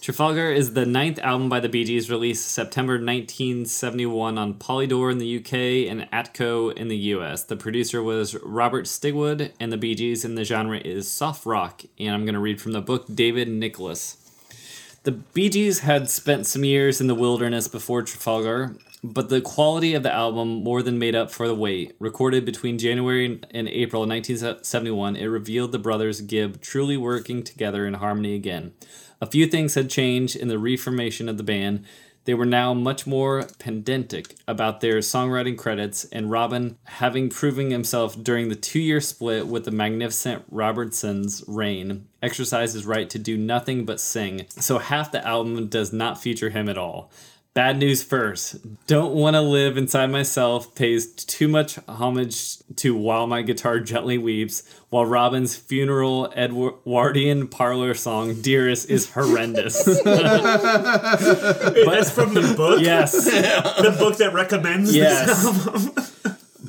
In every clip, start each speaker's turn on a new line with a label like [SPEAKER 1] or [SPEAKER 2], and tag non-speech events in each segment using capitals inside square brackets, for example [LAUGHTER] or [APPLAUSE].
[SPEAKER 1] Trafalgar is the ninth album by the Bee Gees released September 1971 on Polydor in the UK and Atco in the US. The producer was Robert Stigwood, and the Bee Gees in the genre is soft rock. And I'm going to read from the book David Nicholas. The Bee Gees had spent some years in the wilderness before Trafalgar, but the quality of the album more than made up for the wait. Recorded between January and April 1971, it revealed the brothers Gibb truly working together in harmony again. A few things had changed in the reformation of the band. They were now much more pedantic about their songwriting credits, and Robin, having proven himself during the two year split with the magnificent Robertson's reign, exercised his right to do nothing but sing, so half the album does not feature him at all. Bad news first. Don't Want to Live Inside Myself pays too much homage to While My Guitar Gently Weeps, while Robin's funeral Edwardian parlor song, Dearest, is horrendous.
[SPEAKER 2] That's from the book.
[SPEAKER 1] yes.
[SPEAKER 2] The book that recommends this album. [LAUGHS]
[SPEAKER 1] Yes.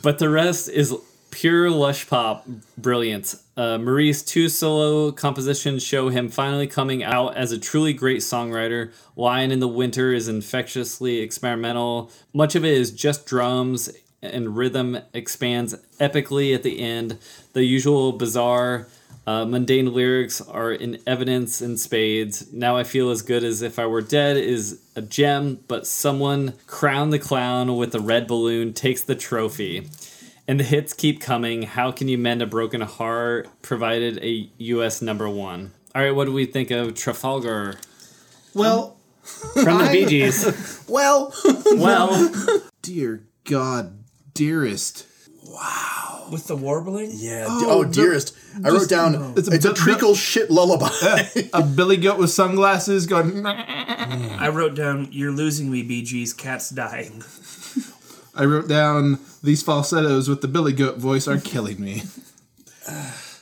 [SPEAKER 1] but the rest is pure lush pop brilliance. Uh, Marie's two solo compositions show him finally coming out as a truly great songwriter. Wine in the Winter is infectiously experimental. Much of it is just drums and rhythm expands epically at the end. The usual bizarre uh, mundane lyrics are in evidence in spades. Now I feel as good as if I were dead is a gem, but someone crowned the clown with a red balloon takes the trophy. And the hits keep coming. How can you mend a broken heart? Provided a U.S. number one. All right, what do we think of Trafalgar
[SPEAKER 3] Well,
[SPEAKER 1] from the Bee Gees?
[SPEAKER 3] well,
[SPEAKER 1] Well,
[SPEAKER 3] dear God, dearest.
[SPEAKER 2] With the warbling?
[SPEAKER 4] Yeah.
[SPEAKER 3] Oh,
[SPEAKER 4] d- Oh,
[SPEAKER 3] the- oh,
[SPEAKER 4] dearest. I wrote down.
[SPEAKER 3] It's
[SPEAKER 4] It's
[SPEAKER 3] a
[SPEAKER 4] a,
[SPEAKER 3] bu- bu-
[SPEAKER 4] treacle shit lullaby.
[SPEAKER 3] A billy goat with sunglasses going. "Meh."
[SPEAKER 2] I wrote down, You're losing me, BG's cat's dying.
[SPEAKER 3] I wrote down these falsettos with the billy goat voice are killing me.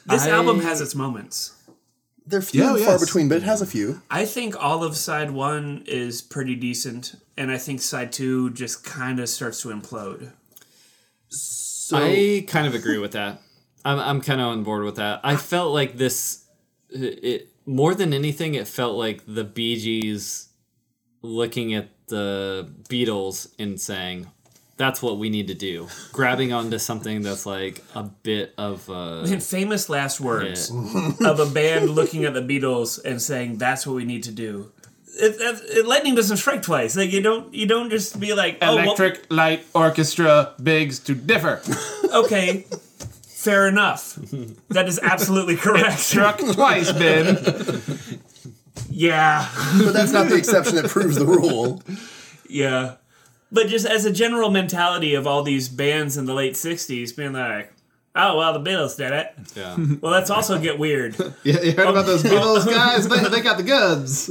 [SPEAKER 2] This
[SPEAKER 1] I-
[SPEAKER 2] album has its moments.
[SPEAKER 4] [LAUGHS] They're few
[SPEAKER 3] Yeah,
[SPEAKER 4] and
[SPEAKER 3] yes.
[SPEAKER 4] far between, but it has a few.
[SPEAKER 2] I think all of side one is pretty decent, and I think side two just kind of starts to implode.
[SPEAKER 4] So
[SPEAKER 1] I kind of agree with that. I'm, I'm kind of on board with that. I felt like this, it more than anything, it felt like the Bee Gees looking at the Beatles and saying, "That's what we need to do," grabbing onto something that's like a bit of a.
[SPEAKER 2] And famous last words of a band looking at the Beatles and saying, "That's what we need to do." It, it, it- lightning doesn't strike twice. Like you don't, you don't just be like, "Oh, well,
[SPEAKER 3] Electric Light Orchestra bigs to differ.
[SPEAKER 2] okay, fair enough." That is absolutely correct.
[SPEAKER 3] Struck twice, Ben.
[SPEAKER 2] yeah,
[SPEAKER 4] but that's not the exception that proves
[SPEAKER 3] [LAUGHS]
[SPEAKER 4] the rule.
[SPEAKER 2] yeah. But just as a general mentality of all these bands in the late '60s, being like, "Oh, well, the Beatles did it."
[SPEAKER 1] Yeah.
[SPEAKER 2] Well, let's also get weird.
[SPEAKER 3] [LAUGHS] Yeah, you heard about those Beatles guys? They, they got the goods.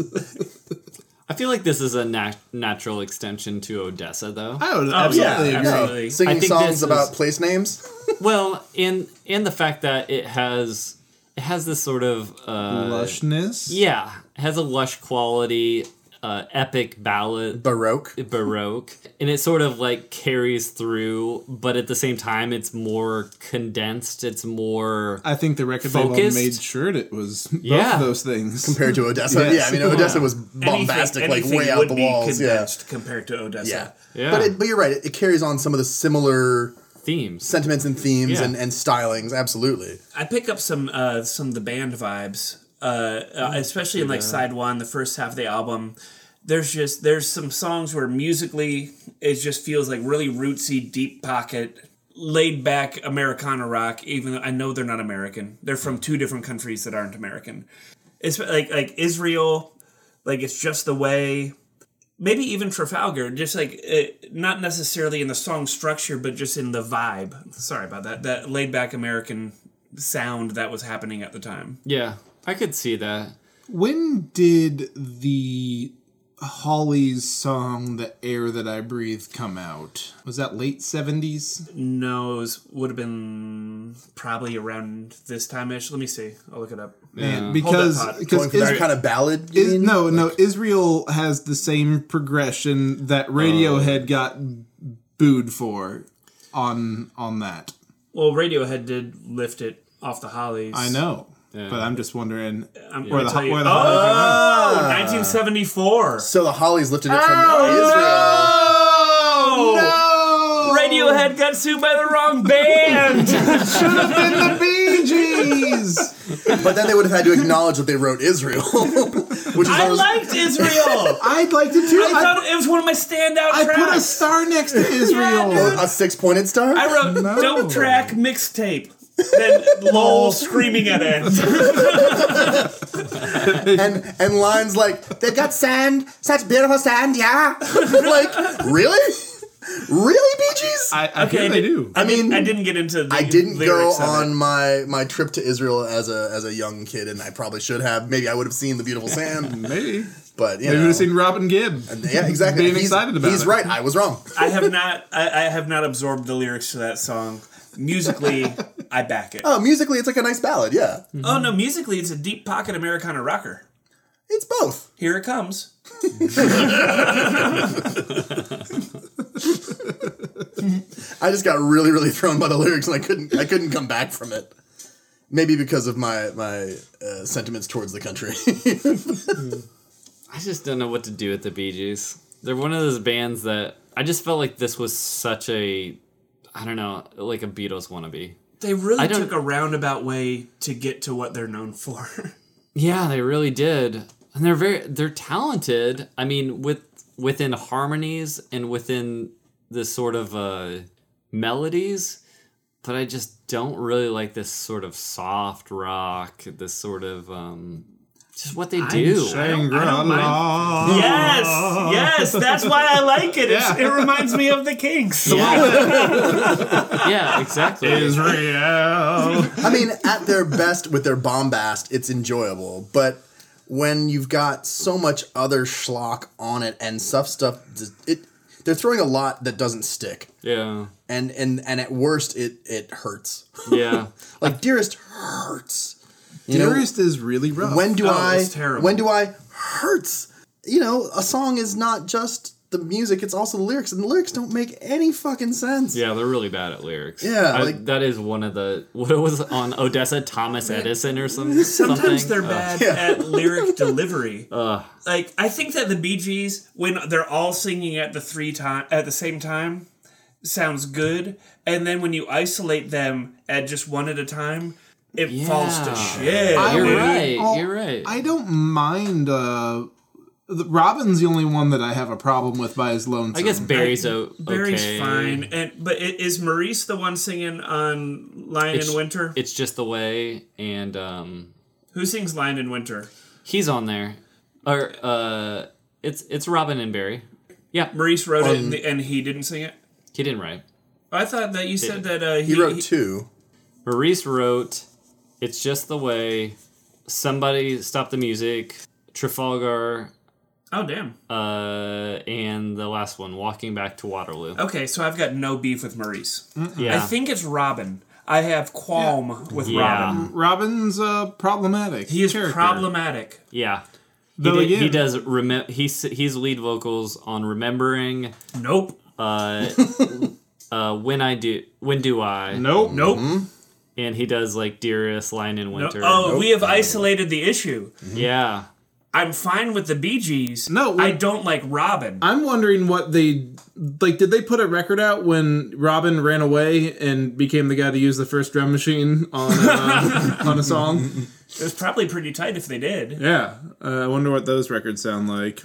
[SPEAKER 1] I feel like this is a nat- natural extension to Odessa, though.
[SPEAKER 3] I would absolutely
[SPEAKER 2] yeah,
[SPEAKER 3] agree.
[SPEAKER 2] Absolutely.
[SPEAKER 1] I
[SPEAKER 4] Singing
[SPEAKER 1] think
[SPEAKER 4] songs
[SPEAKER 1] this
[SPEAKER 4] about
[SPEAKER 1] is-
[SPEAKER 4] place names.
[SPEAKER 1] Well, and and the fact that it has it has this sort of uh,
[SPEAKER 3] Lushness.
[SPEAKER 1] Yeah, it has a lush quality. uh, epic ballad.
[SPEAKER 4] Baroque.
[SPEAKER 1] Baroque, and it sort of like carries through, but at the same time, it's more condensed. It's more
[SPEAKER 3] I think the record label
[SPEAKER 1] Focused?
[SPEAKER 3] made sure that it was both
[SPEAKER 1] Yeah.
[SPEAKER 3] of those things.
[SPEAKER 4] [LAUGHS] compared to Odessa.
[SPEAKER 3] Yes.
[SPEAKER 4] Yeah, I mean Odessa was
[SPEAKER 2] [LAUGHS]
[SPEAKER 4] bombastic,
[SPEAKER 2] anything,
[SPEAKER 4] like way
[SPEAKER 2] anything
[SPEAKER 4] out
[SPEAKER 2] would
[SPEAKER 4] the
[SPEAKER 2] be
[SPEAKER 4] walls. Yeah,
[SPEAKER 2] condensed compared to Odessa.
[SPEAKER 4] yeah,
[SPEAKER 1] Yeah.
[SPEAKER 4] But it, but you're right. It, it carries on some of the similar
[SPEAKER 1] themes.
[SPEAKER 4] sentiments and themes
[SPEAKER 1] Yeah.
[SPEAKER 4] and, and stylings. Absolutely.
[SPEAKER 2] I pick up some uh, some of the band vibes, uh, uh, especially in like side one, the first half of the album. There's just there's some songs where musically it just feels like really rootsy, deep pocket, laid back Americana rock. Even though I know they're not American, they're from two different countries that aren't American. It's like like Israel, like it's just the way. Maybe even Trafalgar, just like it, not necessarily in the song structure, but just in the vibe. Sorry about that. That laid back American sound that was happening at the time.
[SPEAKER 1] Yeah, I could see that.
[SPEAKER 3] When did the Hollies song "The Air That I Breathe" come out? Was that late seventies?
[SPEAKER 2] Nose would have been probably around this time ish. Let me see. I'll look it up.
[SPEAKER 3] Because
[SPEAKER 2] Hold that thought.
[SPEAKER 4] Going
[SPEAKER 3] because
[SPEAKER 4] for that
[SPEAKER 3] Israel,
[SPEAKER 4] kind of ballad. you
[SPEAKER 3] is,
[SPEAKER 4] mean?
[SPEAKER 3] no no Israel has the same progression that
[SPEAKER 2] Oh.
[SPEAKER 3] Radiohead got booed for on on that.
[SPEAKER 2] Well, Radiohead did lift it off the Hollies.
[SPEAKER 3] I know, but I'm just wondering
[SPEAKER 2] I'm
[SPEAKER 3] where
[SPEAKER 2] gonna
[SPEAKER 3] the
[SPEAKER 2] tell
[SPEAKER 3] ho-
[SPEAKER 2] you-
[SPEAKER 3] where the
[SPEAKER 2] oh,
[SPEAKER 3] Hollies are now.
[SPEAKER 2] 1974.
[SPEAKER 4] So the Hollies lifted it from
[SPEAKER 3] Oh,
[SPEAKER 2] Oh, Radiohead got sued by the
[SPEAKER 3] [LAUGHS]
[SPEAKER 2] wrong band.
[SPEAKER 3] the Bee Gees.
[SPEAKER 4] Israel, but then they would have had to acknowledge that they wrote Israel, [LAUGHS] which is
[SPEAKER 2] I
[SPEAKER 4] always-
[SPEAKER 3] [LAUGHS]
[SPEAKER 2] liked Israel.
[SPEAKER 3] I'd like to too.
[SPEAKER 2] I
[SPEAKER 3] I,
[SPEAKER 2] thought it was one of my standout
[SPEAKER 3] I put a
[SPEAKER 2] tracks.
[SPEAKER 3] star next to
[SPEAKER 2] [LAUGHS]
[SPEAKER 3] Israel.
[SPEAKER 2] dude.
[SPEAKER 4] a six-pointed star.
[SPEAKER 2] I wrote
[SPEAKER 3] No.
[SPEAKER 2] "Dope Track Mixtape."
[SPEAKER 3] [LAUGHS]
[SPEAKER 2] Then lol screaming at it.
[SPEAKER 4] and and lines like they've got sand, such beautiful sand, yeah. [LAUGHS] like really, really, Bee Gees.
[SPEAKER 3] I,
[SPEAKER 4] I,
[SPEAKER 3] I
[SPEAKER 2] Okay,
[SPEAKER 3] think
[SPEAKER 2] I
[SPEAKER 3] they
[SPEAKER 2] did-
[SPEAKER 3] do.
[SPEAKER 4] mean,
[SPEAKER 2] [LAUGHS] I didn't get into. The
[SPEAKER 4] I didn't go
[SPEAKER 2] lyrics of it.
[SPEAKER 4] on my my trip to Israel as a as a young kid, and I probably should have. Maybe I would have seen the
[SPEAKER 3] [LAUGHS]
[SPEAKER 4] beautiful sand,
[SPEAKER 3] Maybe.
[SPEAKER 4] but you
[SPEAKER 3] Maybe
[SPEAKER 4] know.
[SPEAKER 3] we've seen Robin Gibb.
[SPEAKER 4] yeah, exactly.
[SPEAKER 3] Being
[SPEAKER 4] He's-
[SPEAKER 3] excited about
[SPEAKER 4] He's
[SPEAKER 3] it.
[SPEAKER 4] right. I was wrong.
[SPEAKER 2] I have not. I, I have not absorbed the lyrics to that song. Musically, I back it. Oh,
[SPEAKER 4] Oh, musically, it's like a nice ballad. Yeah,
[SPEAKER 2] no, musically, it's a deep pocket Americana rocker.
[SPEAKER 4] it's both.
[SPEAKER 2] Here it comes.
[SPEAKER 4] I just got really really [LAUGHS] thrown by the lyrics, and I couldn't I couldn't come back from it. Maybe because of my my uh, sentiments towards the country. [LAUGHS]
[SPEAKER 1] I just don't know what to do with the Bee Gees. They're one of those bands that I just felt like this was such a, I don't know, like a Beatles wannabe.
[SPEAKER 2] They really
[SPEAKER 1] I don't-
[SPEAKER 2] took a roundabout way to get to what they're
[SPEAKER 1] [LAUGHS]
[SPEAKER 2] known for. [LAUGHS]
[SPEAKER 1] Yeah, they really did, and they're very they're talented. I mean, with within harmonies and within the sort of uh, melodies, but I just don't really like this sort of soft rock. This sort of um, just what they do.
[SPEAKER 3] Shangri-La.
[SPEAKER 2] yes, yes, that's why I like it. It's, It reminds me of the Kinks.
[SPEAKER 1] Yeah. yeah, exactly.
[SPEAKER 3] Israel.
[SPEAKER 4] I mean, at their best with their bombast, it's enjoyable. But when you've got so much other schlock on it and stuff, stuff, it they're throwing a lot that doesn't stick,
[SPEAKER 1] Yeah,
[SPEAKER 4] and and and at worst, it it hurts.
[SPEAKER 1] yeah.
[SPEAKER 4] Like dearest hurts. [LAUGHS] You know,
[SPEAKER 3] Dearest is really rough.
[SPEAKER 4] when do
[SPEAKER 2] Oh,
[SPEAKER 4] I?
[SPEAKER 2] it's terrible.
[SPEAKER 4] When do I hurts? You know, a song is not just the music; it's also the lyrics, and the lyrics don't make any fucking sense.
[SPEAKER 1] Yeah, they're really bad at lyrics.
[SPEAKER 4] Yeah,
[SPEAKER 1] I-
[SPEAKER 4] like-
[SPEAKER 1] that is one of the what it was on Odessa Thomas Edison or some
[SPEAKER 2] Sometimes
[SPEAKER 1] something.
[SPEAKER 2] they're
[SPEAKER 1] Uh,
[SPEAKER 2] bad at
[SPEAKER 4] [LAUGHS]
[SPEAKER 2] lyric delivery. Like I think that the Bee Gees, when they're all singing at the three time at the same time, sounds good. And then when you isolate them at just one at a time, it falls to
[SPEAKER 1] Yeah.
[SPEAKER 2] shit.
[SPEAKER 1] You're
[SPEAKER 2] dude.
[SPEAKER 1] right.
[SPEAKER 3] Oh,
[SPEAKER 1] you're right.
[SPEAKER 3] I don't mind. Uh, the, Robin's the only one that I have a problem with by his lonesome.
[SPEAKER 1] I guess Barry's o-
[SPEAKER 2] Barry's
[SPEAKER 1] okay.
[SPEAKER 2] fine. And but i- is Maurice the one singing on Lion
[SPEAKER 1] It's-
[SPEAKER 2] in Winter?
[SPEAKER 1] It's just the way, and um,
[SPEAKER 2] Who sings Lion in Winter?
[SPEAKER 1] he's on there. Or uh, it's it's Robin and Barry. Yeah,
[SPEAKER 2] Maurice wrote it and, the- and he didn't sing it.
[SPEAKER 1] he didn't write.
[SPEAKER 2] I thought that you said that uh,
[SPEAKER 4] He wrote two.
[SPEAKER 1] Maurice wrote, "It's just the way." Somebody stop the music. Trafalgar
[SPEAKER 2] Oh damn.
[SPEAKER 1] uh, and the last one, walking back to Waterloo.
[SPEAKER 2] Okay, so I've got no beef with Maurice.
[SPEAKER 4] Mm.
[SPEAKER 1] Yeah,
[SPEAKER 2] Oh, I think it's Robin. I have qualm with
[SPEAKER 1] yeah,
[SPEAKER 2] Robin.
[SPEAKER 3] Robin's uh, problematic.
[SPEAKER 2] He is
[SPEAKER 3] character.
[SPEAKER 2] problematic.
[SPEAKER 1] yeah.
[SPEAKER 3] Though
[SPEAKER 1] he, did- he
[SPEAKER 3] again-
[SPEAKER 1] does. Rem- he's he's lead vocals on "Remembering."
[SPEAKER 2] Nope. [LAUGHS]
[SPEAKER 1] Uh, uh, when I do, when do I?
[SPEAKER 3] Nope.
[SPEAKER 2] Nope.
[SPEAKER 1] And he does like "Dearest," "Line in
[SPEAKER 2] No-
[SPEAKER 1] Mm-hmm. Winter."
[SPEAKER 2] Oh, we have isolated the issue.
[SPEAKER 1] yeah.
[SPEAKER 2] I'm fine with the Bee Gees.
[SPEAKER 3] No, we-
[SPEAKER 2] I don't like Robin.
[SPEAKER 3] I'm wondering what they like. Did they put a record out when Robin ran away and became the guy to use the first drum machine on uh, [LAUGHS] on a song?
[SPEAKER 2] It was probably pretty tight if they did.
[SPEAKER 3] Yeah, uh, I wonder what those records sound like.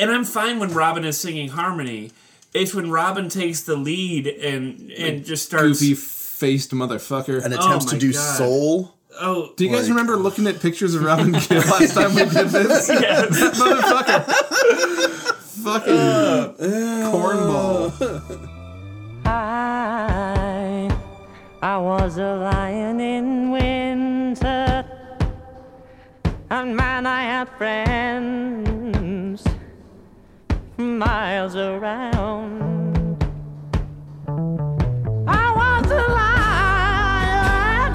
[SPEAKER 2] And I'm fine when Robin is singing harmony. It's when Robin takes the lead and and just starts.
[SPEAKER 3] Goofy faced motherfucker.
[SPEAKER 4] and attempts
[SPEAKER 2] Oh my
[SPEAKER 4] to do
[SPEAKER 2] God.
[SPEAKER 4] soul.
[SPEAKER 2] Oh,
[SPEAKER 3] Do you guys
[SPEAKER 4] like-
[SPEAKER 3] remember looking at pictures of Robin Gibb last time we did [LAUGHS] this?
[SPEAKER 2] yes.
[SPEAKER 3] Motherfucker. Fucking Uh, cornball.
[SPEAKER 5] I, I was a lion in winter, and man, I had friends miles around. I was a lion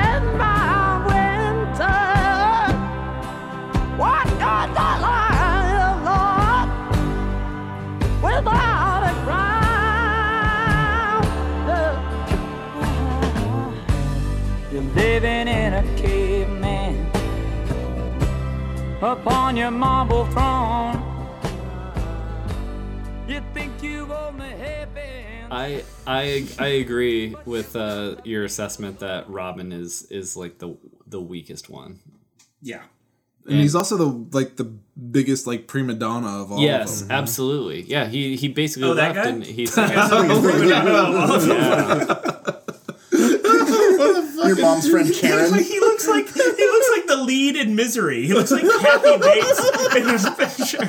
[SPEAKER 5] in my winter. What good the lion, Lord? without a ground. You're living in a caveman upon your marble throne. You think you own the heaven.
[SPEAKER 1] I I I agree with uh, your assessment that Robin is is like the the weakest one.
[SPEAKER 2] yeah.
[SPEAKER 3] And he's also the like the biggest like prima donna of all
[SPEAKER 1] yes,
[SPEAKER 3] of
[SPEAKER 4] Mhm.
[SPEAKER 3] them.
[SPEAKER 1] absolutely. Yeah, he he basically
[SPEAKER 2] Oh, that
[SPEAKER 1] left
[SPEAKER 2] guy?
[SPEAKER 1] and
[SPEAKER 2] [LAUGHS]
[SPEAKER 1] he's
[SPEAKER 4] Your mom's
[SPEAKER 2] [LAUGHS]
[SPEAKER 4] friend Karen.
[SPEAKER 2] He looks [LAUGHS] like he looks like the lead in Misery. He looks like Kathy Bates in his [LAUGHS] picture.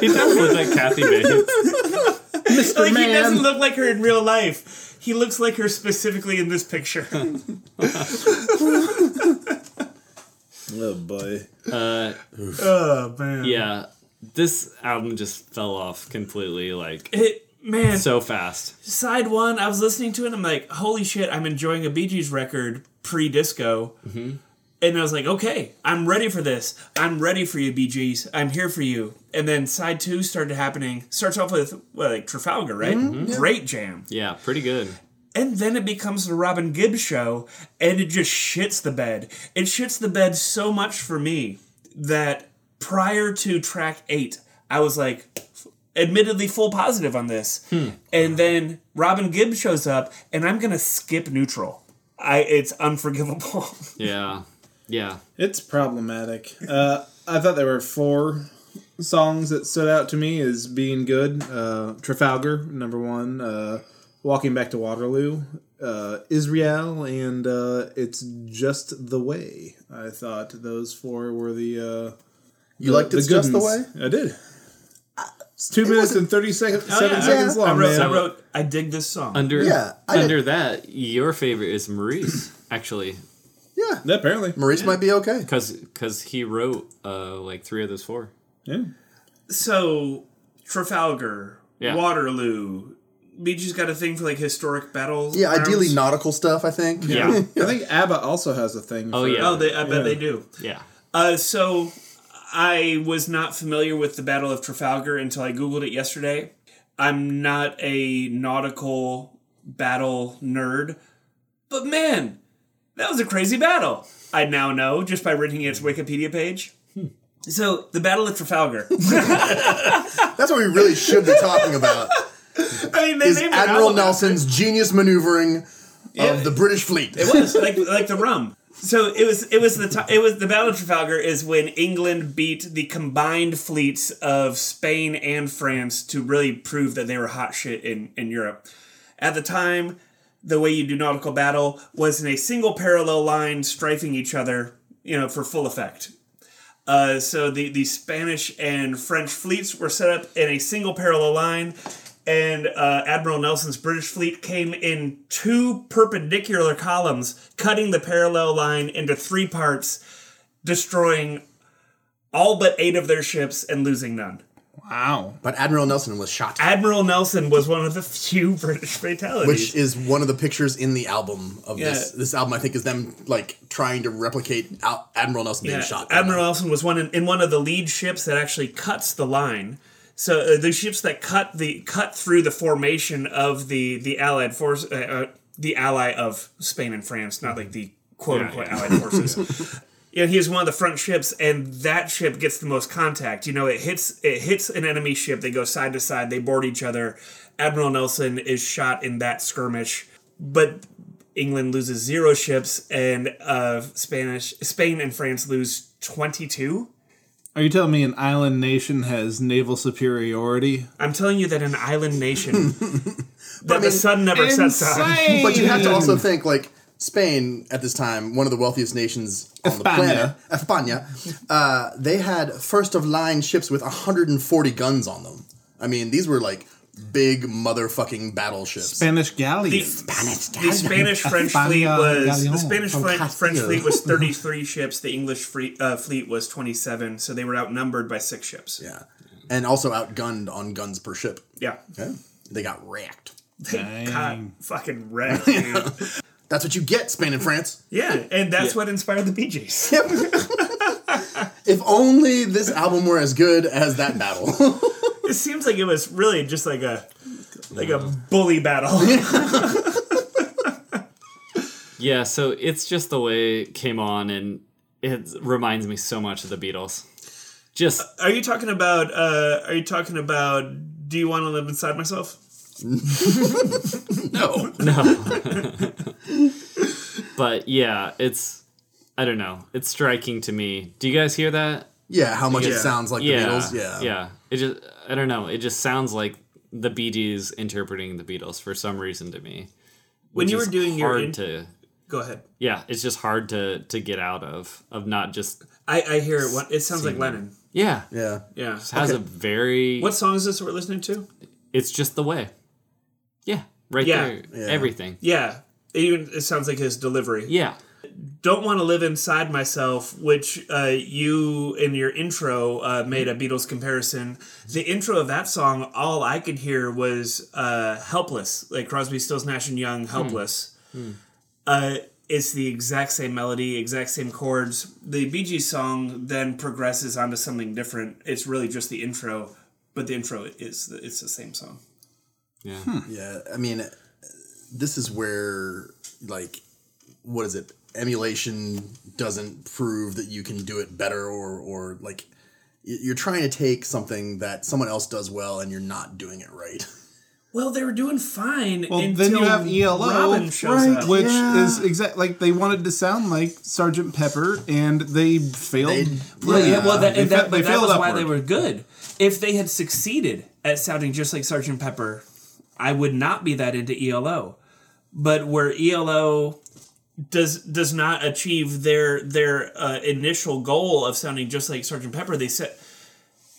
[SPEAKER 1] he does look like Kathy
[SPEAKER 2] [LAUGHS]
[SPEAKER 1] Bates.
[SPEAKER 2] Like he doesn't look like her in real life. He looks like her specifically in this picture.
[SPEAKER 4] oh boy.
[SPEAKER 2] oh man.
[SPEAKER 1] Yeah, this album just fell off completely like
[SPEAKER 2] [LAUGHS] It, man.
[SPEAKER 1] so fast.
[SPEAKER 2] side one, I was listening to it. I'm like, holy shit, I'm enjoying a Bee Gees record pre disco. And I was like, okay, I'm ready for this. I'm ready for you, Bee Gees. I'm here for you. And then side two started happening. Starts off with well, like Trafalgar, right? Great jam.
[SPEAKER 1] Yeah, pretty good.
[SPEAKER 2] And then it becomes the Robin Gibb show, and it just shits the bed. It shits the bed so much for me that prior to track eight, I was like, f- admittedly, full positive on this. And then Robin Gibb shows up, and I'm gonna skip neutral. I it's unforgivable.
[SPEAKER 1] Yeah, yeah.
[SPEAKER 3] It's problematic. Uh, I thought there were four songs that stood out to me as being good. Uh, Trafalgar, number one. Uh, Walking Back to Waterloo. Uh, Israel and uh, It's Just the Way. I thought those four were the. Uh,
[SPEAKER 4] You liked
[SPEAKER 3] the Uh,
[SPEAKER 4] it's just the way.
[SPEAKER 3] good'uns. I did. It's two minutes and thirty seconds, seven
[SPEAKER 2] yeah.
[SPEAKER 3] seconds long.
[SPEAKER 2] [LAUGHS] I wrote,
[SPEAKER 3] man.
[SPEAKER 2] I wrote, I dig this song.
[SPEAKER 1] Under
[SPEAKER 4] Yeah, I
[SPEAKER 1] under that, your favorite is Maurice actually,
[SPEAKER 4] Yeah.
[SPEAKER 3] Yeah, apparently.
[SPEAKER 4] Maurice might be okay.
[SPEAKER 1] because because he wrote uh like three of those four.
[SPEAKER 3] Yeah.
[SPEAKER 2] so Trafalgar,
[SPEAKER 1] Yeah.
[SPEAKER 2] Waterloo. Bee Gees got a thing for like historic battles.
[SPEAKER 4] Yeah, ideally
[SPEAKER 2] grounds.
[SPEAKER 4] nautical stuff. I think.
[SPEAKER 1] Yeah,
[SPEAKER 3] I think ABBA also has a thing.
[SPEAKER 1] Oh,
[SPEAKER 3] for-
[SPEAKER 1] yeah.
[SPEAKER 2] Oh, they, I bet
[SPEAKER 3] Yeah.
[SPEAKER 2] they do.
[SPEAKER 1] [LAUGHS] yeah.
[SPEAKER 2] Uh, so I was not familiar with the Battle of Trafalgar until I googled it yesterday. I'm not a nautical battle nerd, but man, that was a crazy battle. I now know just by reading its Wikipedia page. So the Battle of Trafalgar.
[SPEAKER 4] [LAUGHS] That's what we really should be talking about.
[SPEAKER 2] [LAUGHS] I mean, [LAUGHS] they
[SPEAKER 4] Is
[SPEAKER 2] named an
[SPEAKER 4] Admiral
[SPEAKER 2] album after
[SPEAKER 4] Nelson's genius maneuvering of the British fleet?
[SPEAKER 2] It was like like the rum. So it was it was the ti it was the Battle of Trafalgar is when England beat the combined fleets of Spain and France to really prove that they were hot shit in in Europe. At the time, the way you do nautical battle was in a single parallel line strafing each other, you know, for full effect. Uh, so the, the Spanish and French fleets were set up in a single parallel line, and uh, Admiral Nelson's British fleet came in two perpendicular columns, cutting the parallel line into three parts, destroying all but eight of their ships and losing none.
[SPEAKER 3] Wow.
[SPEAKER 4] But Admiral Nelson was shot,
[SPEAKER 2] Admiral Nelson was one of the [LAUGHS] few British fatalities.
[SPEAKER 4] which is one of the pictures in the album of this.
[SPEAKER 2] Yeah.
[SPEAKER 4] This album, I think, is them like trying to replicate Al- Admiral Nelson being
[SPEAKER 2] Yeah,
[SPEAKER 4] shot.
[SPEAKER 2] Admiral Nelson was one in, in one of the lead ships that actually cuts the line. So uh, the ships that cut the cut through the formation of the the Allied force, uh, uh, the ally of Spain and France, not like the quote unquote Allied forces. You know, he was one of the front ships, and that ship gets the most contact. You know, it hits it hits an enemy ship. They go side to side. They board each other. Admiral Nelson is shot in that skirmish, but England loses zero ships, and uh, Spanish Spain and France lose twenty two.
[SPEAKER 3] Are you telling me an island nation has naval superiority?
[SPEAKER 2] I'm telling you that an island nation that the sun never sets on.
[SPEAKER 4] But you have to also think like Spain at this time, one of the wealthiest nations on the
[SPEAKER 3] España.
[SPEAKER 4] planet, España. Uh, they had first of line ships with 140 guns on them. I mean, these were like big motherfucking battleships.
[SPEAKER 3] Spanish galleons.
[SPEAKER 2] [LAUGHS] The Spanish French
[SPEAKER 3] España
[SPEAKER 2] fleet was the
[SPEAKER 3] Galeon
[SPEAKER 2] Spanish
[SPEAKER 3] from
[SPEAKER 2] French, French
[SPEAKER 4] Castillo.
[SPEAKER 3] [LAUGHS]
[SPEAKER 2] fleet was thirty three ships. The English free, uh, fleet was twenty seven, so they were outnumbered by six ships.
[SPEAKER 4] [LAUGHS] yeah, and also outgunned on guns per ship.
[SPEAKER 2] Yeah,
[SPEAKER 4] Yeah. They got wrecked.
[SPEAKER 2] they
[SPEAKER 3] Dang.
[SPEAKER 2] got fucking wrecked. Dude.
[SPEAKER 4] That's what you get, Spain and France.
[SPEAKER 2] yeah, and that's what inspired the Bee Gees. [LAUGHS]
[SPEAKER 4] [LAUGHS] If only this album were as good as that battle.
[SPEAKER 2] It seems like it was really just like a like a bully battle.
[SPEAKER 1] Yeah, so it's just the way it came on, and it reminds me so much of the Beatles. Just
[SPEAKER 2] Are you talking about? Uh, are you talking about? Do you want to live inside myself?
[SPEAKER 4] no.
[SPEAKER 1] But yeah, it's I don't know. It's striking to me. Do you guys hear that?
[SPEAKER 4] Yeah, how much it
[SPEAKER 2] Yeah.
[SPEAKER 4] sounds like
[SPEAKER 1] Yeah.
[SPEAKER 4] the Beatles. Yeah.
[SPEAKER 1] Yeah. It just I don't know. It just sounds like the Bee Gees interpreting the Beatles for some reason to me.
[SPEAKER 2] When
[SPEAKER 1] which
[SPEAKER 2] you were
[SPEAKER 1] is
[SPEAKER 2] doing your
[SPEAKER 1] hard
[SPEAKER 2] in-
[SPEAKER 1] to
[SPEAKER 2] Go ahead.
[SPEAKER 1] yeah, it's just hard to to get out of of not just
[SPEAKER 2] I, I hear it. What, it sounds like Lennon.
[SPEAKER 1] yeah.
[SPEAKER 4] Yeah.
[SPEAKER 2] Yeah.
[SPEAKER 1] It has a very
[SPEAKER 2] What song is this we're listening to?
[SPEAKER 1] it's just the way. Yeah, right
[SPEAKER 2] Yeah.
[SPEAKER 1] there. Everything.
[SPEAKER 2] Yeah. It even it sounds like his delivery.
[SPEAKER 1] Yeah.
[SPEAKER 2] Don't want to live inside myself, which uh, you in your intro uh, made a Beatles comparison. The intro of that song, all I could hear was uh, "Helpless," like Crosby, Stills, Nash and Young, "Helpless." Uh, it's the exact same melody, exact same chords. The Bee Gees song then progresses onto something different. It's really just the intro, but the intro is it's the same song.
[SPEAKER 1] Yeah.
[SPEAKER 4] Yeah, I mean, this is where like, what is it? Emulation doesn't prove that you can do it better, or or like, y- you're trying to take something that someone else does well, and you're not doing it right.
[SPEAKER 2] Well, they were doing fine.
[SPEAKER 3] Well,
[SPEAKER 2] until
[SPEAKER 3] then you have E ELO,
[SPEAKER 2] Robin shows up.
[SPEAKER 3] which
[SPEAKER 4] Yeah.
[SPEAKER 3] is exact like they wanted to sound like Sergeant Pepper, and they failed.
[SPEAKER 4] They-
[SPEAKER 3] Well,
[SPEAKER 2] Well, yeah, well, that,
[SPEAKER 3] they
[SPEAKER 2] and
[SPEAKER 3] fa-
[SPEAKER 2] that,
[SPEAKER 3] they
[SPEAKER 2] but that
[SPEAKER 3] failed
[SPEAKER 2] was why they
[SPEAKER 3] upward.
[SPEAKER 2] were good. If they had succeeded at sounding just like Sergeant Pepper, I would not be that into ELO. But where ELO does does not achieve their their uh, initial goal of sounding just like Sergeant Pepper, they set.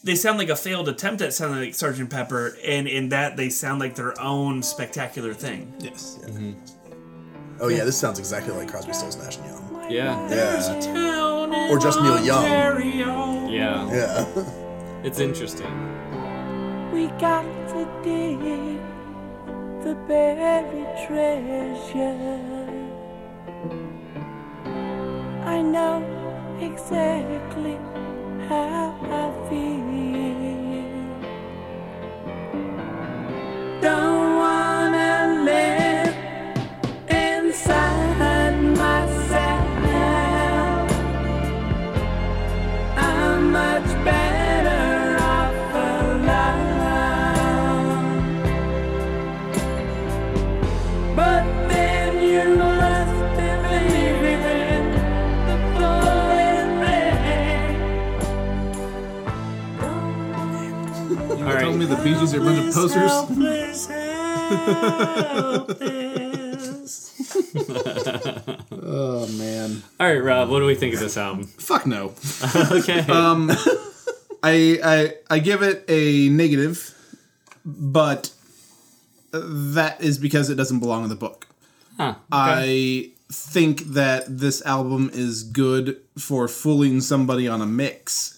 [SPEAKER 2] They sound like a failed attempt at sounding like Sergeant Pepper, and in that they sound like their own spectacular thing.
[SPEAKER 3] Yes.
[SPEAKER 4] Oh yeah, this sounds exactly like Crosby, Stills, Nash and Young.
[SPEAKER 1] Yeah.
[SPEAKER 4] Yeah, or just Neil Young.
[SPEAKER 1] Yeah.
[SPEAKER 4] Yeah,
[SPEAKER 1] It's interesting.
[SPEAKER 5] We got to dig the buried treasure. I know exactly how I feel. Don't wanna live inside myself. I'm much better off alone. But then you must believe in the falling rain.
[SPEAKER 3] You were telling me the Bee Gees are a bunch of posers. [LAUGHS] Oh man.
[SPEAKER 1] All right, Rob, what do we think of this album?
[SPEAKER 3] Fuck no.
[SPEAKER 1] [LAUGHS]
[SPEAKER 3] Um,
[SPEAKER 1] Okay.
[SPEAKER 3] I I I give it a negative, but that is because it doesn't belong in the book.
[SPEAKER 1] Huh.
[SPEAKER 3] I think that this album is good for fooling somebody on a mix.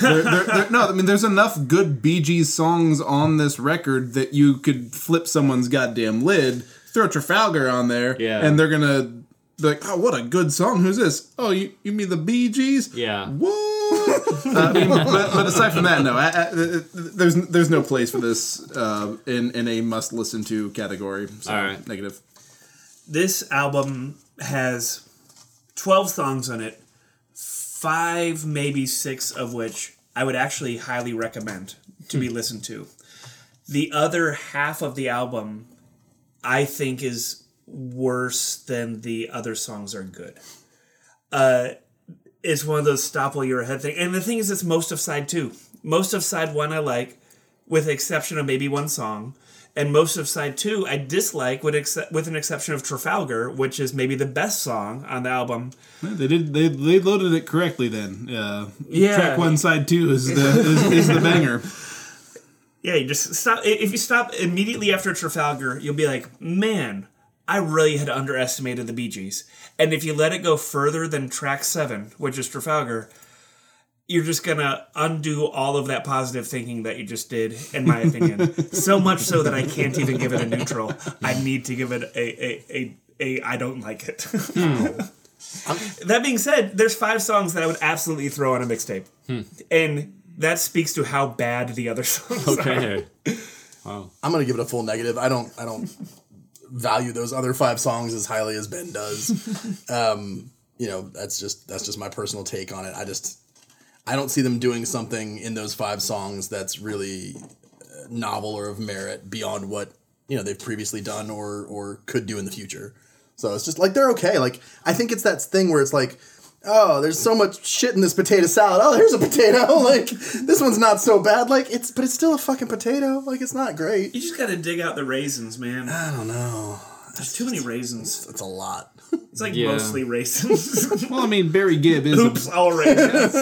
[SPEAKER 3] There- there- there- no, I mean, there's enough good Bee Gees songs on this record that you could flip someone's goddamn lid, throw Trafalgar on there,
[SPEAKER 1] Yeah.
[SPEAKER 3] and they're gonna be like, "Oh, what a good song! Who's this? Oh, you you mean the Bee Gees?
[SPEAKER 1] Yeah.
[SPEAKER 3] [LAUGHS] What? I mean, Uh, but, but aside from that, no, I, I, th- th- there's there's no place for this uh, in in a must listen to category. So,
[SPEAKER 1] All right.
[SPEAKER 3] negative.
[SPEAKER 2] this album has 12 songs on it five maybe six of which i would actually highly recommend to be listened to the other half of the album i think is worse than the other songs are good uh it's one of those stop while you're ahead thing and the thing is it's most of side two most of side one i like with the exception of maybe one song. And most of side two, I dislike, with, ex- with an exception of Trafalgar, which is maybe the best song on the album.
[SPEAKER 3] They did they they loaded it correctly then. Uh,
[SPEAKER 2] Yeah.
[SPEAKER 3] Track one, side two is the is, is the banger.
[SPEAKER 2] Yeah, you just stop. i- If you stop immediately after Trafalgar, you'll be like, man, I really had underestimated the Bee Gees. And if you let it go further than track seven, which is Trafalgar, you're just gonna undo all of that positive thinking that you just did, in my opinion. so much so that I can't even give it a neutral. I need to give it a a a, a I don't like it. [LAUGHS] that being said, there's five songs that I would absolutely throw on a mixtape, and that speaks to how bad the other [LAUGHS] songs are.
[SPEAKER 1] Okay.
[SPEAKER 4] I'm gonna give it a full negative. I don't I don't [LAUGHS] value those other five songs as highly as Ben does. um, you know, that's just that's just my personal take on it. I just I don't see them doing something in those five songs that's really uh, novel or of merit beyond what you know they've previously done or or could do in the future. So it's just like they're okay. Like I think it's that thing where it's like. Oh, there's so much shit in this potato salad. Oh, here's a potato. [LAUGHS] Like this one's not so bad. Like it's, but it's still a fucking potato. Like it's not great.
[SPEAKER 2] You just gotta dig out the raisins, man.
[SPEAKER 3] Ah,
[SPEAKER 4] I don't know.
[SPEAKER 2] There's too many raisins.
[SPEAKER 4] It's a lot.
[SPEAKER 2] It's like
[SPEAKER 1] Yeah.
[SPEAKER 3] [LAUGHS]
[SPEAKER 2] mostly raisins.
[SPEAKER 3] Well, I mean, Barry Gibb is
[SPEAKER 2] Oops, all raisins.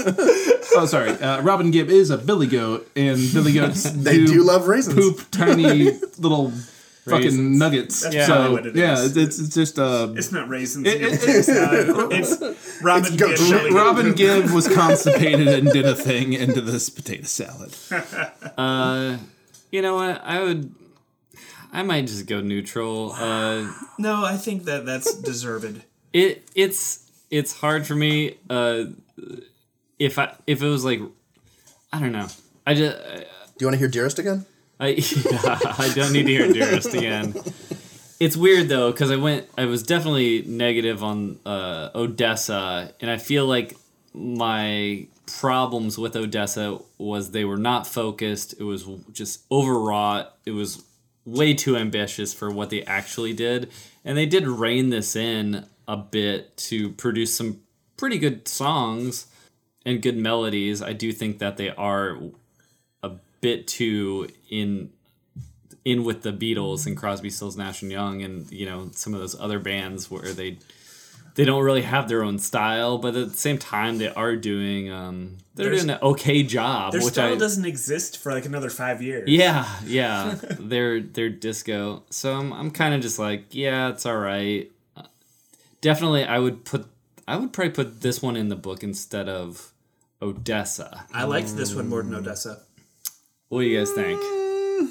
[SPEAKER 3] oh sorry, uh, Robin Gibb is a billy goat, and billy [LAUGHS] goats
[SPEAKER 4] They do, love raisins.
[SPEAKER 3] poop tiny little fucking
[SPEAKER 1] Raisins.
[SPEAKER 3] nuggets.
[SPEAKER 2] That's
[SPEAKER 3] yeah, so
[SPEAKER 2] probably what it
[SPEAKER 3] yeah,
[SPEAKER 2] is.
[SPEAKER 3] it's it's just uh,
[SPEAKER 2] It's not raisins.
[SPEAKER 3] It-
[SPEAKER 2] it's,
[SPEAKER 3] it-
[SPEAKER 2] it's, uh, it's Robin
[SPEAKER 4] goat
[SPEAKER 2] Gibb.
[SPEAKER 3] [LAUGHS]
[SPEAKER 2] Shelley.
[SPEAKER 3] Robin Gibb was constipated and did a thing into this potato salad.
[SPEAKER 1] You know what? I would. I might just go neutral. Uh,
[SPEAKER 2] No, I think that that's deserved.
[SPEAKER 1] it it's it's hard for me. Uh, if I if it was like, I don't know. I just
[SPEAKER 4] Do you want to hear Dearest again?
[SPEAKER 1] I [LAUGHS] yeah, I don't need to hear Dearest again. It's weird though because I went. I was definitely negative on uh, Odessa, and I feel like my problems with Odessa was they were not focused. It was just overwrought. It was way too ambitious for what they actually did, and they did rein this in a bit to produce some pretty good songs and good melodies. I do think that they are bit too in in with the Beatles and Crosby, Stills, Nash and Young, and you know some of those other bands where they they don't really have their own style, but at the same time they are doing um, they're
[SPEAKER 2] There's-
[SPEAKER 1] doing an okay job.
[SPEAKER 2] Their
[SPEAKER 1] Which
[SPEAKER 2] style
[SPEAKER 1] I
[SPEAKER 2] doesn't exist for like another five years.
[SPEAKER 1] yeah yeah they're they're disco. So I'm I'm kind of just like yeah it's all right. Definitely I would put I would probably put this one in the book instead of Odessa.
[SPEAKER 2] I liked this one more than Odessa.
[SPEAKER 1] What do you guys think? Mm.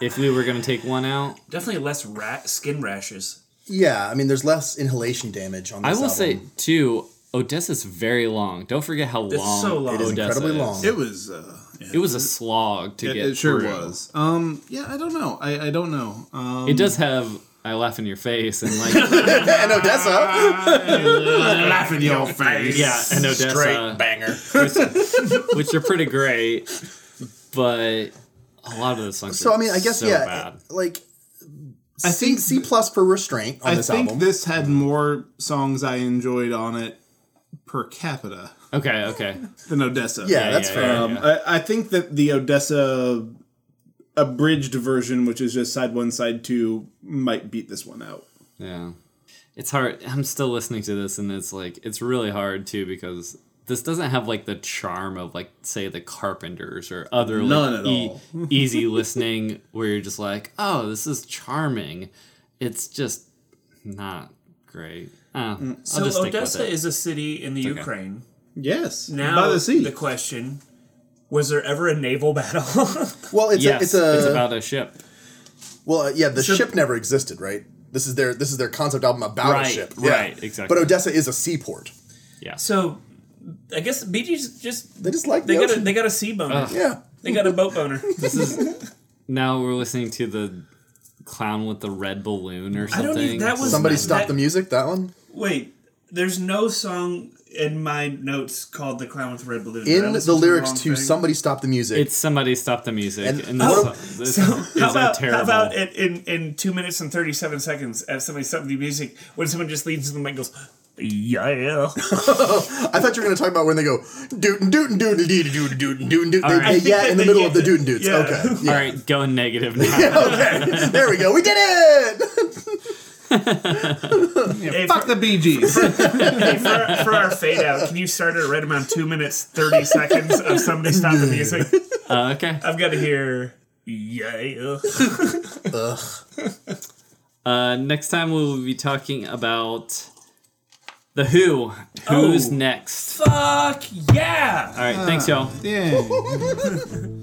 [SPEAKER 1] If we were gonna take one out,
[SPEAKER 2] Definitely less rat skin rashes.
[SPEAKER 4] Yeah, I mean, there's less inhalation damage on
[SPEAKER 1] I
[SPEAKER 4] this
[SPEAKER 1] will
[SPEAKER 4] album.
[SPEAKER 1] say too, Odessa's very long. Don't forget how
[SPEAKER 2] It's
[SPEAKER 1] long,
[SPEAKER 2] so long. It
[SPEAKER 4] it is
[SPEAKER 1] Odessa
[SPEAKER 4] incredibly
[SPEAKER 1] is.
[SPEAKER 4] long.
[SPEAKER 3] It was uh, yeah,
[SPEAKER 1] It was a slog to
[SPEAKER 3] it,
[SPEAKER 1] get.
[SPEAKER 3] it sure
[SPEAKER 1] through.
[SPEAKER 3] was. Um, yeah, I don't know. I, I don't know. Um,
[SPEAKER 1] It does have. I laugh in your face and
[SPEAKER 4] [LAUGHS]
[SPEAKER 1] like
[SPEAKER 4] [LAUGHS] and Odessa,
[SPEAKER 3] laugh in your face.
[SPEAKER 1] yeah, and
[SPEAKER 4] straight
[SPEAKER 1] Odessa,
[SPEAKER 4] banger.
[SPEAKER 1] which are pretty great, but a lot of the songs.
[SPEAKER 4] So
[SPEAKER 1] are
[SPEAKER 4] I mean, I guess
[SPEAKER 1] so
[SPEAKER 4] yeah,
[SPEAKER 1] Bad.
[SPEAKER 4] like I C,
[SPEAKER 3] think-
[SPEAKER 4] C plus for restraint on
[SPEAKER 3] I
[SPEAKER 4] this
[SPEAKER 3] think
[SPEAKER 4] album.
[SPEAKER 3] this had more songs I enjoyed on it per capita
[SPEAKER 1] Okay, okay,
[SPEAKER 3] than Odessa.
[SPEAKER 4] yeah, that's
[SPEAKER 1] yeah,
[SPEAKER 4] fair.
[SPEAKER 1] yeah.
[SPEAKER 3] Um, I, I think that the Odessa abridged version, which is just side one, side two, might beat this one out.
[SPEAKER 1] yeah. It's hard. I'm still listening to this, and it's like it's really hard too because this doesn't have like the charm of like say the Carpenters or other
[SPEAKER 3] None
[SPEAKER 1] like e-,
[SPEAKER 3] at all.
[SPEAKER 2] [LAUGHS]
[SPEAKER 1] easy listening where you're just like, oh, this is charming. It's just not great. Uh, I'll
[SPEAKER 2] So
[SPEAKER 1] just stick with
[SPEAKER 2] Mm, Odessa
[SPEAKER 1] it.
[SPEAKER 2] is a city in the Ukraine
[SPEAKER 3] Yes.
[SPEAKER 2] Now
[SPEAKER 3] by the sea.
[SPEAKER 2] the question was there ever a naval battle? [LAUGHS]
[SPEAKER 4] Well, it's
[SPEAKER 1] Yes,
[SPEAKER 4] a, it's a
[SPEAKER 1] about a ship.
[SPEAKER 4] well, uh, yeah. The ship never existed, right? This is their this is their concept album about
[SPEAKER 1] Right,
[SPEAKER 4] a ship,
[SPEAKER 1] right,
[SPEAKER 4] Yeah.
[SPEAKER 1] exactly.
[SPEAKER 4] But Odessa is a seaport.
[SPEAKER 1] Yeah.
[SPEAKER 2] so I guess the Bee Gees just
[SPEAKER 4] They just like
[SPEAKER 2] they
[SPEAKER 4] the
[SPEAKER 2] got a
[SPEAKER 4] ocean.
[SPEAKER 2] they got a sea boner.
[SPEAKER 4] yeah.
[SPEAKER 2] They got a boat
[SPEAKER 4] [LAUGHS]
[SPEAKER 2] boner.
[SPEAKER 1] now we're listening to the clown with the red balloon or
[SPEAKER 2] I
[SPEAKER 1] something.
[SPEAKER 2] don't even that was
[SPEAKER 4] Somebody
[SPEAKER 2] that-
[SPEAKER 4] stop the music. That one
[SPEAKER 2] Wait, there's no song in my notes called "The Clown with the Red Balloon." Did I
[SPEAKER 4] in
[SPEAKER 2] listen
[SPEAKER 4] the lyrics
[SPEAKER 2] wrong
[SPEAKER 4] to
[SPEAKER 2] thing?
[SPEAKER 4] "Somebody Stop the Music."
[SPEAKER 1] It's somebody stop the music.
[SPEAKER 4] And-
[SPEAKER 1] And, this,
[SPEAKER 4] Oh,
[SPEAKER 1] this
[SPEAKER 2] So
[SPEAKER 1] is
[SPEAKER 2] [LAUGHS] how
[SPEAKER 1] a
[SPEAKER 2] about
[SPEAKER 1] terrible.
[SPEAKER 2] how about in, in in two minutes and thirty seven seconds as somebody stops the music when someone just leans to the mic and goes, "Yeah."
[SPEAKER 4] I thought you were going to talk about when they go dootin dootin dootin dootin dootin dootin dootin dootin.
[SPEAKER 1] right. I
[SPEAKER 4] They,
[SPEAKER 1] think
[SPEAKER 4] yeah,
[SPEAKER 2] that
[SPEAKER 4] in the
[SPEAKER 2] they
[SPEAKER 4] middle
[SPEAKER 2] get
[SPEAKER 4] of the
[SPEAKER 2] it.
[SPEAKER 4] dootin doots.
[SPEAKER 2] Yeah.
[SPEAKER 4] Okay. Yeah.
[SPEAKER 1] All right, going negative now.
[SPEAKER 4] Okay. There we go. We did it.
[SPEAKER 2] Hey,
[SPEAKER 3] Fuck
[SPEAKER 2] for,
[SPEAKER 3] the Bee Gees.
[SPEAKER 2] [LAUGHS] hey, for, for our fade out, can you start at right around two minutes thirty seconds of somebody stop the
[SPEAKER 4] [LAUGHS]
[SPEAKER 2] music?
[SPEAKER 1] Uh, okay.
[SPEAKER 2] I've got to hear. Yeah.
[SPEAKER 1] Uh, next time we'll be talking about the Who. Who's
[SPEAKER 2] Oh.
[SPEAKER 1] next?
[SPEAKER 2] Fuck yeah.
[SPEAKER 1] All right. Thanks, y'all.
[SPEAKER 3] yeah.